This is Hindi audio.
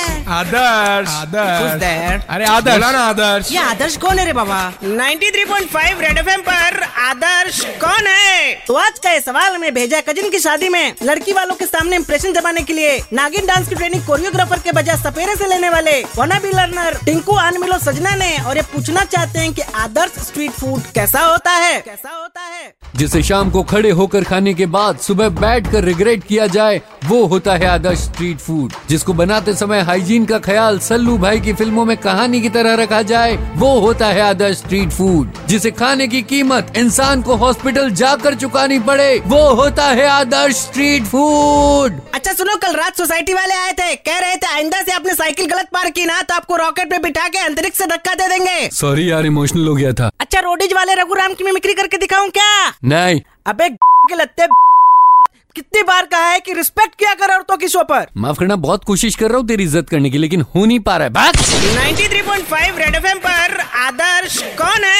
Adarsh Who's there? अरे आदर्श बोला ना आदर्श ये आदर्श कौन है रे बाबा 93.5 रेड एफएम पर आदर्श कौन है तो आज का ये सवाल मैं भेजा कजिन की शादी में लड़की वालों के सामने इम्प्रेशन जमाने के लिए नागिन डांस की ट्रेनिंग कोरियोग्राफर के बजाय सपेरे से लेने वाले वना बी लर्नर टिंकू आनमिलो सजना ने और ये पूछना चाहते हैं कि आदर्श स्ट्रीट फूड कैसा होता है कैसा होता है जिसे शाम को खड़े होकर खाने के बाद सुबह बैठ कर रिग्रेट किया जाए वो होता है आदर्श स्ट्रीट फूड जिसको बनाते समय हाइजीन का ख्याल सल्लू भाई की फिल्मों में कहानी की तरह रखा जाए वो होता है आदर्श स्ट्रीट फूड जिसे खाने की कीमत इंसान को हॉस्पिटल जाकर चुकानी पड़े वो होता है आदर्श स्ट्रीट फूड अच्छा सुनो कल रात सोसाइटी वाले आए थे कह रहे थे आइंदा से आपने साइकिल गलत पार की ना तो आपको रॉकेट पे बिठा के अंतरिक्ष से धक्का दे देंगे सॉरी यार इमोशनल हो गया था अच्छा रोडीज वाले रघुराम की मिमिक्री करके दिखाऊं क्या नहीं अबे के लत्ते कितनी बार कहा है कि रिस्पेक्ट किया कर औरतों की शो पर माफ करना बहुत कोशिश कर रहा हूँ तेरी इज्जत करने की लेकिन हो नहीं पा रहा है बात 93.5 रेड एफएम पर आदर्श कौन है